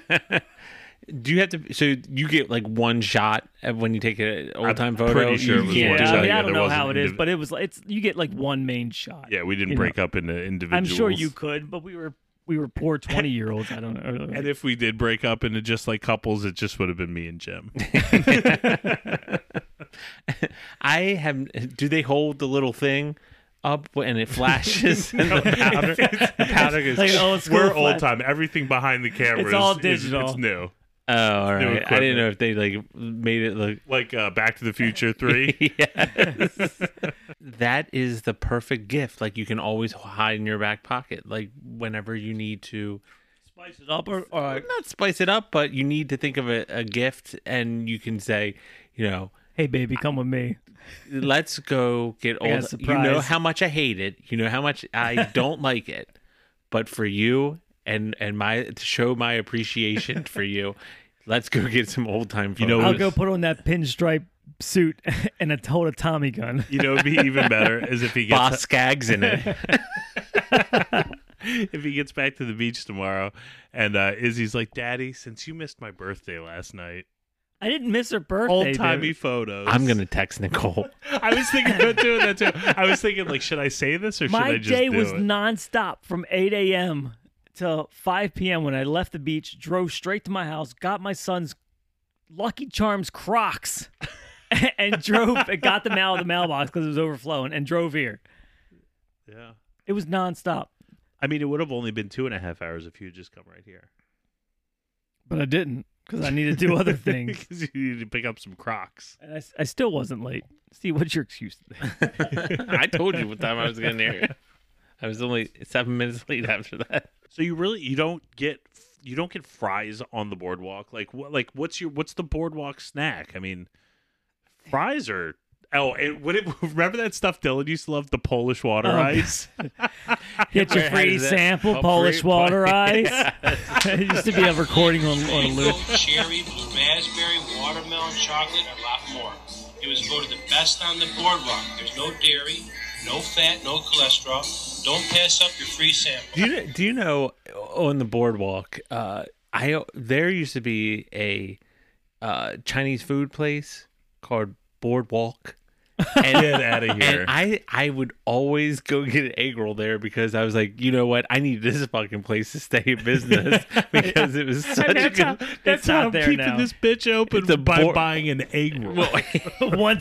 Speaker 3: do you have to? So you get like one shot at- when you take an old time photo.
Speaker 1: pretty sure
Speaker 3: You
Speaker 1: it was
Speaker 3: can't
Speaker 1: one
Speaker 3: do
Speaker 4: Yeah, I,
Speaker 1: shot,
Speaker 4: mean,
Speaker 1: yeah,
Speaker 4: I don't
Speaker 1: there
Speaker 4: know
Speaker 1: wasn't
Speaker 4: how it is,
Speaker 1: indiv-
Speaker 4: but it was like it's you get like one main shot.
Speaker 1: Yeah, we didn't
Speaker 4: You know.
Speaker 1: break up into individuals.
Speaker 4: I'm sure you could, but we were we were poor twenty year olds. I don't know.
Speaker 1: And if we did break up into just like couples, it just would have been me and Jim.
Speaker 3: I have. Do they hold the little thing up and it flashes? and the powder, the powder goes.
Speaker 4: Like oh, old school
Speaker 1: We're
Speaker 4: flash-
Speaker 1: old time. Everything behind the camera
Speaker 4: It's
Speaker 1: is
Speaker 4: all
Speaker 1: is-
Speaker 4: digital.
Speaker 1: it's new.
Speaker 3: oh, all
Speaker 1: new
Speaker 3: right. I
Speaker 1: equipment.
Speaker 3: didn't know if they like made it look.
Speaker 1: Like uh, Back to the Future 3.
Speaker 3: Yes. that is the perfect gift. Like you can always hide in your back pocket. Like whenever you need to
Speaker 4: spice it up or, or like,
Speaker 3: not spice it up, but you need to think of a, a gift and you can say, you know,
Speaker 4: hey baby, come with me.
Speaker 3: let's go get
Speaker 4: got a
Speaker 3: old. You know
Speaker 4: surprise.
Speaker 3: how much I hate it. You know how much I don't like it. But for you and and my to show my appreciation for you, let's go get some old time.
Speaker 1: You know
Speaker 4: I'll
Speaker 1: Yes.
Speaker 4: go put on that pinstripe suit and a hold a Tommy gun.
Speaker 1: You know, it'd be even better is if he gets
Speaker 3: boss Skaggs in it.
Speaker 1: if he gets back to the beach tomorrow, and uh, Izzy's like, "Daddy, since you missed my birthday last night,
Speaker 4: I didn't miss her birthday.
Speaker 1: old timey
Speaker 4: dude.
Speaker 1: photos."
Speaker 3: I'm gonna text Nicole.
Speaker 1: I was thinking about doing that too. I was thinking like, should I say this or should
Speaker 4: My
Speaker 1: I just
Speaker 4: day
Speaker 1: do
Speaker 4: was
Speaker 1: it?
Speaker 4: nonstop from eight a.m. till five p.m. when I left the beach, drove straight to my house, got my son's Lucky Charms Crocs, and drove and got them out of the mailbox because it was overflowing, and drove here.
Speaker 1: yeah.
Speaker 4: It was nonstop,
Speaker 1: I mean, it would have only been two and a half hours if you had just come right here.
Speaker 4: but I didn't because I needed to do other things,
Speaker 1: because you need to pick up some Crocs.
Speaker 4: and I, s- I still wasn't late. See, what's your excuse? Today?
Speaker 3: I told you what time I was getting here. I was only seven minutes late after that.
Speaker 1: So you really you don't get you don't get fries on the boardwalk. Like what like what's your what's the boardwalk snack? I mean, fries are. Oh, and would it remember that stuff Dylan used to love the Polish water
Speaker 4: Oh,
Speaker 1: ice?
Speaker 4: Get your
Speaker 3: Where
Speaker 4: free
Speaker 3: has that-
Speaker 4: sample
Speaker 3: Oh,
Speaker 4: Polish
Speaker 3: free-
Speaker 4: water ice. it used to be a recording on, on a loop.
Speaker 5: Mango, cherry, blue raspberry, watermelon, chocolate, and a lot more. It was voted the best on the boardwalk. There's no dairy, no fat, no cholesterol. Don't pass up your free sample.
Speaker 3: do you know, do you know on the boardwalk uh i there used to be a uh chinese food place called boardwalk
Speaker 1: Get
Speaker 3: and,
Speaker 1: out of here.
Speaker 3: and i i would always go get an egg roll there because i was like you know what i need this fucking place to stay in business because it was such a
Speaker 1: that's how,
Speaker 3: good
Speaker 1: that's how
Speaker 4: not
Speaker 1: I'm
Speaker 4: there
Speaker 1: keeping
Speaker 4: now.
Speaker 1: this bitch open
Speaker 3: It's a
Speaker 1: by
Speaker 3: bor-
Speaker 1: buying an egg roll.
Speaker 3: Well,
Speaker 4: Once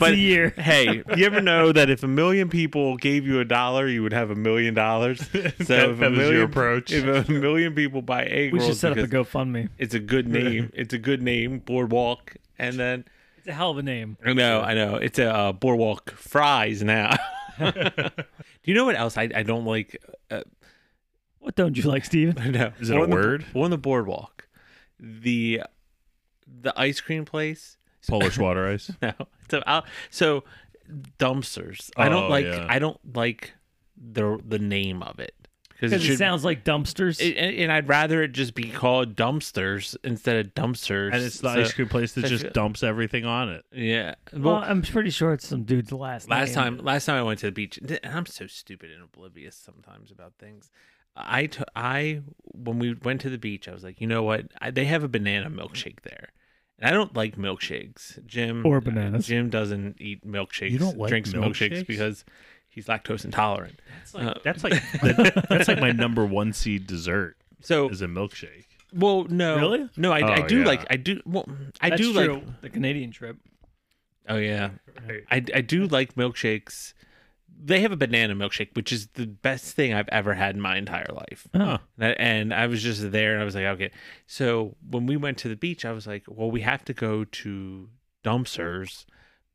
Speaker 3: but
Speaker 4: a year.
Speaker 3: hey, you ever know that if a million people gave you a dollar, you would have a million dollars? So if
Speaker 1: That- that
Speaker 3: a
Speaker 1: was your
Speaker 3: million-
Speaker 1: approach.
Speaker 3: If a million people buy egg
Speaker 4: We
Speaker 3: rolls,
Speaker 4: should set up a
Speaker 3: because-
Speaker 4: GoFundMe.
Speaker 3: It's a good name. it's a good name. Boardwalk, and then
Speaker 4: It's a hell of a name.
Speaker 3: I know, I know. It's a uh, boardwalk fries now. Do you know what else I, I don't like? Uh,
Speaker 4: What don't you like, Steve?
Speaker 3: no,
Speaker 1: Is it a
Speaker 3: On the-
Speaker 1: word?
Speaker 3: on the boardwalk, the the ice cream place.
Speaker 1: Polish water ice.
Speaker 3: No, so I'll, so dumpsters. I
Speaker 1: Oh,
Speaker 3: don't like.
Speaker 1: yeah.
Speaker 3: I don't like the the name of it because
Speaker 4: Because it, sounds like dumpsters.
Speaker 3: it- and, and I'd rather it just be called dumpsters instead of dumpsters.
Speaker 1: And it's the
Speaker 3: So-
Speaker 1: ice cream place that
Speaker 3: so-
Speaker 1: just dumps everything on it.
Speaker 3: Yeah.
Speaker 4: well, I'm pretty sure it's some dude's last
Speaker 3: Last
Speaker 4: name.
Speaker 3: time, last time I went to the beach, and I'm so stupid and oblivious sometimes about things. I, t- I, when we went to the beach, I was like, you know what? I, they have a banana milkshake there, and I don't like milkshakes. Jim
Speaker 4: Or bananas.
Speaker 3: Jim doesn't eat milkshakes.
Speaker 1: You don't like
Speaker 3: drinks
Speaker 1: milkshakes?
Speaker 3: because he's lactose intolerant. Uh,
Speaker 1: That's like that, that's like my number one seed dessert
Speaker 3: so,
Speaker 1: is a milkshake.
Speaker 3: well, no,
Speaker 4: Really?
Speaker 3: no, I, I
Speaker 1: Oh,
Speaker 3: do
Speaker 1: yeah.
Speaker 3: like, I do, well, I
Speaker 4: That's
Speaker 3: do
Speaker 4: true.
Speaker 3: like,
Speaker 4: the Canadian trip.
Speaker 3: Oh yeah, I I do like milkshakes. They have a banana milkshake, which is the best thing I've ever had in my entire life.
Speaker 4: Huh.
Speaker 3: And I, and I was just there, and I was like, okay. So when we went to the beach, I was like, well, we have to go to Dumpsters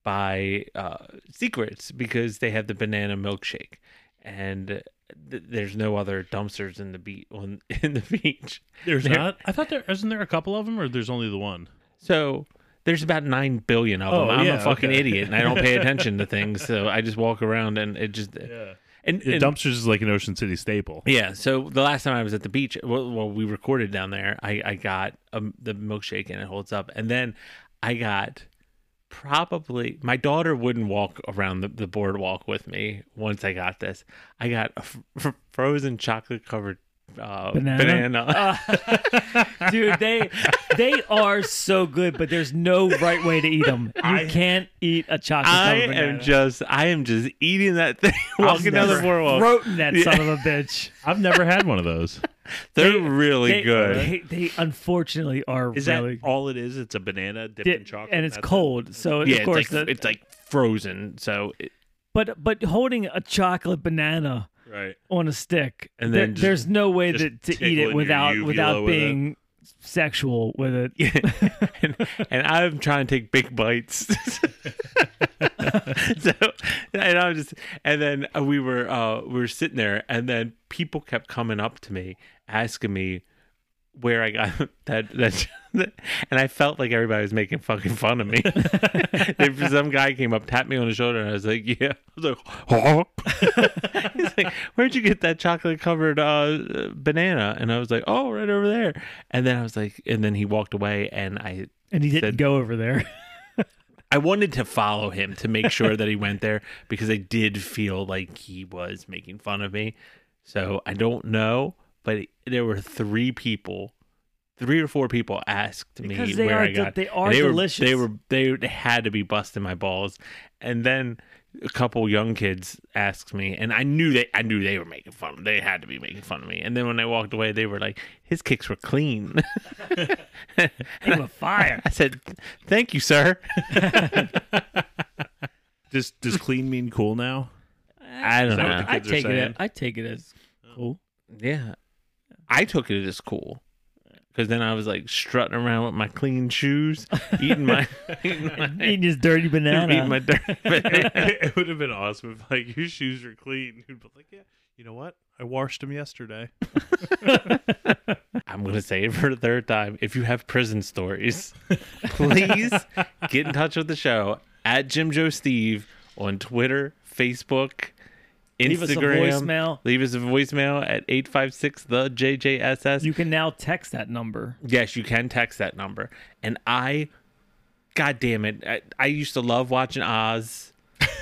Speaker 3: by uh, Secrets because they have the banana milkshake, and th- there's no other Dumpsters in the beach on in the beach.
Speaker 1: There's
Speaker 3: There-
Speaker 1: not. I thought there isn't there a couple of them, or there's only the one.
Speaker 3: So there's about nine billion of
Speaker 1: Oh,
Speaker 3: them. I'm
Speaker 1: yeah,
Speaker 3: a fucking
Speaker 1: okay.
Speaker 3: idiot, and I don't pay attention to things, so I just walk around and it just.
Speaker 1: Yeah.
Speaker 3: And,
Speaker 1: Yeah,
Speaker 3: and-
Speaker 1: dumpsters is like an Ocean City staple.
Speaker 3: yeah, so the last time I was at the beach, well, well we recorded down there. I I got um, the milkshake and it holds up, and then I got probably my daughter wouldn't walk around the, the boardwalk with me once I got this. I got a f- f- frozen chocolate covered uh,
Speaker 4: Banana?
Speaker 3: banana.
Speaker 4: dude. They they are so good, but there's no right way to eat them. You can't eat a chocolate.
Speaker 3: I
Speaker 4: covered banana.
Speaker 3: am just I am just eating that thing walking down the
Speaker 4: Never
Speaker 3: boardwalk.
Speaker 4: throatin' that
Speaker 3: Yeah.
Speaker 4: son of a bitch.
Speaker 1: I've never had one of those.
Speaker 3: They're
Speaker 4: They-
Speaker 3: really
Speaker 4: they,
Speaker 3: good.
Speaker 4: They, they unfortunately are
Speaker 1: Is
Speaker 4: really
Speaker 1: that all it is? It's a banana dipped
Speaker 4: di-
Speaker 1: in chocolate,
Speaker 4: and it's
Speaker 1: that's it?
Speaker 4: cold. So
Speaker 3: yeah,
Speaker 4: of course,
Speaker 3: it's like,
Speaker 4: the-
Speaker 3: it's like frozen. So it,
Speaker 4: but but holding a chocolate banana
Speaker 1: Right.
Speaker 4: on a stick,
Speaker 3: And
Speaker 4: there-
Speaker 3: then just-
Speaker 4: there's no way
Speaker 1: just
Speaker 4: that, to eat
Speaker 1: tickling
Speaker 4: it
Speaker 1: your
Speaker 4: without
Speaker 1: uvula
Speaker 4: without
Speaker 1: with it.
Speaker 4: being sexual with it.
Speaker 3: and, and I'm trying to take big bites. so, and I'm just, and then we were, uh, we were sitting there, and then people kept coming up to me, asking me where I got that, that, and I felt like everybody was making fucking fun of me. if some guy came up, tapped me on the shoulder, and I was like, "Yeah," I was like, "Huh?" He's like, "Where'd you get that chocolate covered uh, banana?" And I was like, "Oh, right over there." And then I was like, and then he walked away, and I
Speaker 4: And he didn't
Speaker 3: Said-
Speaker 4: go over there.
Speaker 3: I wanted to follow him to make sure that he went there because I did feel like he was making fun of me. So I don't know, but there were three people, three or four people asked me
Speaker 4: Because they
Speaker 3: where
Speaker 4: are
Speaker 3: I
Speaker 4: de-
Speaker 3: got.
Speaker 4: they are
Speaker 3: were-
Speaker 4: delicious.
Speaker 3: They were they had to be busting my balls, and then a couple young kids asked me, and I knew they I knew they were making fun. of They had to be making fun of me. And then when I walked away, they were like, "His kicks were clean."
Speaker 4: They were fire.
Speaker 3: I said, "Thank you, sir."
Speaker 1: Does does clean mean cool now?
Speaker 3: I don't
Speaker 1: that what
Speaker 3: know.
Speaker 1: the
Speaker 4: I
Speaker 1: kids are
Speaker 4: take it.
Speaker 1: saying.
Speaker 4: I take it as cool.
Speaker 3: Yeah. I took it as cool. Because then I was like strutting around with my clean shoes, eating my, eating my,
Speaker 4: Eating his dirty banana.
Speaker 3: eating my dirt.
Speaker 1: it would have been awesome if like your shoes were clean. You'd be like, yeah, you know what? I washed them yesterday.
Speaker 3: I'm going to say it for the third time. If you have prison stories, please get in touch with the show at Jim Joe Steve on Twitter, Facebook, Instagram.
Speaker 4: Leave us a voicemail.
Speaker 3: Leave us a voicemail at 856 the JJSS.
Speaker 4: You can now text that number.
Speaker 3: Yes, you can text that number. And I, god damn it, I, I used to love watching Oz.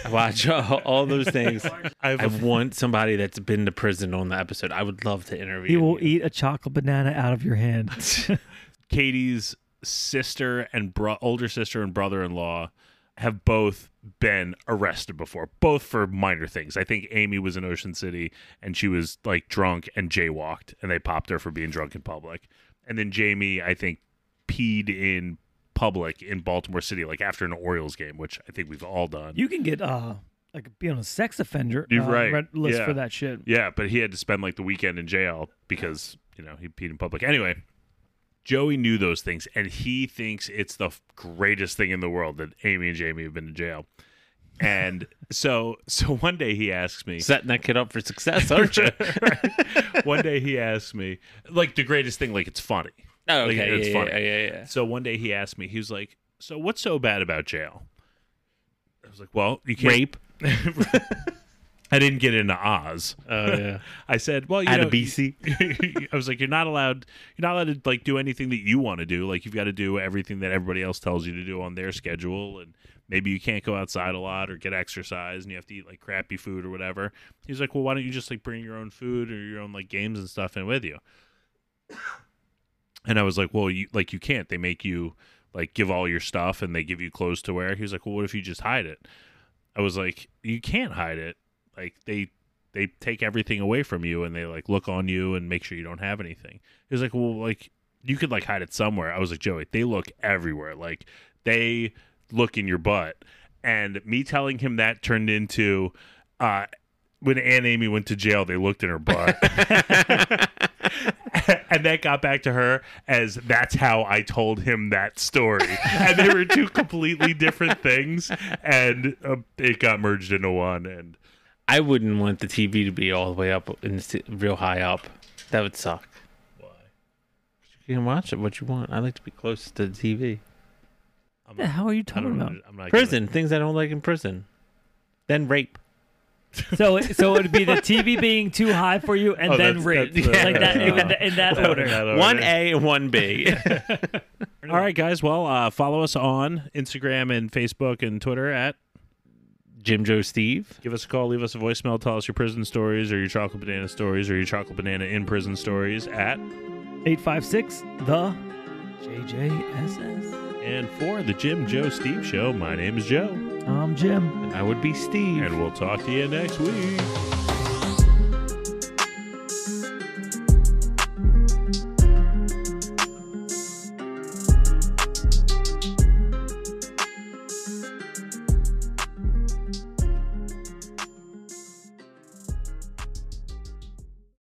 Speaker 3: I watch all, all those things.
Speaker 1: I've-
Speaker 3: I want somebody that's been to prison on the episode. I would love to interview.
Speaker 4: He will
Speaker 3: you.
Speaker 4: eat a chocolate banana out of your hand.
Speaker 1: Katie's sister and bro- older sister and brother-in-law have both been arrested before, both for minor things. I think Amy was in Ocean City and she was like drunk and jaywalked, and they popped her for being drunk in public. And then Jamie, I think, peed in public in Baltimore City, like after an Orioles game, which I think we've all done.
Speaker 4: You can get uh like be on a sex offender
Speaker 1: You're
Speaker 4: uh,
Speaker 1: right.
Speaker 4: red list
Speaker 1: Yeah.
Speaker 4: for that shit.
Speaker 1: Yeah, but he had to spend like the weekend in jail because, you know, he peed in public. Anyway, Joey knew those things and he thinks it's the f- greatest thing in the world that Amy and Jamie have been in jail. And so so one day he asks me
Speaker 3: setting that kid up for success, aren't you?
Speaker 1: one day he asks me like the greatest thing like it's funny.
Speaker 3: oh,
Speaker 1: Like,
Speaker 3: okay,
Speaker 1: it's
Speaker 3: yeah,
Speaker 1: funny.
Speaker 3: yeah, yeah, yeah.
Speaker 1: So one day he asked me, he was like, "So what's so bad about jail?" I was like, "Well, you can't
Speaker 3: Rape.
Speaker 1: I didn't get into Oz.
Speaker 3: Oh yeah.
Speaker 1: I said, "Well, you
Speaker 3: At
Speaker 1: know,
Speaker 3: a BC.
Speaker 1: I was like, you're not allowed. You're not allowed to like do anything that you want to do. Like you've got to do everything that everybody else tells you to do on their schedule, and maybe you can't go outside a lot or get exercise, and you have to eat like crappy food or whatever. He's like, well, why don't you just like bring your own food or your own like games and stuff in with you? And I was like, well, you like you can't. They make you like give all your stuff, and they give you clothes to wear. He was like, well, what if you just hide it? I was like, you can't hide it. Like they they take everything away from you and they like look on you and make sure you don't have anything. He was like, well, like you could like hide it somewhere. I was like, Joey, they look everywhere. Like they look in your butt. And me telling him that turned into uh when Aunt Amy went to jail, they looked in her butt. and that got back to her as that's how I told him that story. and they were two completely different things. And uh, it got merged into one. And
Speaker 3: I wouldn't want the TV to be all the way up, in the, se- real high up. That would suck. Why? You can watch it what you want. I like to be close to the TV.
Speaker 4: What the hell are you
Speaker 1: I
Speaker 4: talking
Speaker 1: don't know.
Speaker 4: about?
Speaker 1: I'm not gonna-
Speaker 3: prison things i don't like in prison then rape
Speaker 6: So so it would be the TV being too high for you and
Speaker 1: Oh,
Speaker 6: then
Speaker 1: that's-
Speaker 6: rape
Speaker 1: that's, uh,
Speaker 6: like that in, in that order.
Speaker 3: One A and one B.
Speaker 1: All right, guys. Well, uh, follow us on Instagram and Facebook and Twitter at.
Speaker 3: Jim Joe Steve.
Speaker 1: Give us a call. Leave us a voicemail. Tell us your prison stories or your chocolate banana stories or your chocolate banana in prison stories at.
Speaker 4: 856 the JJSS.
Speaker 1: And for the Jim Joe Steve Show, my name is Joe.
Speaker 4: I'm Jim.
Speaker 3: I would be Steve.
Speaker 1: And we'll talk to you next week.
Speaker 6: Bye.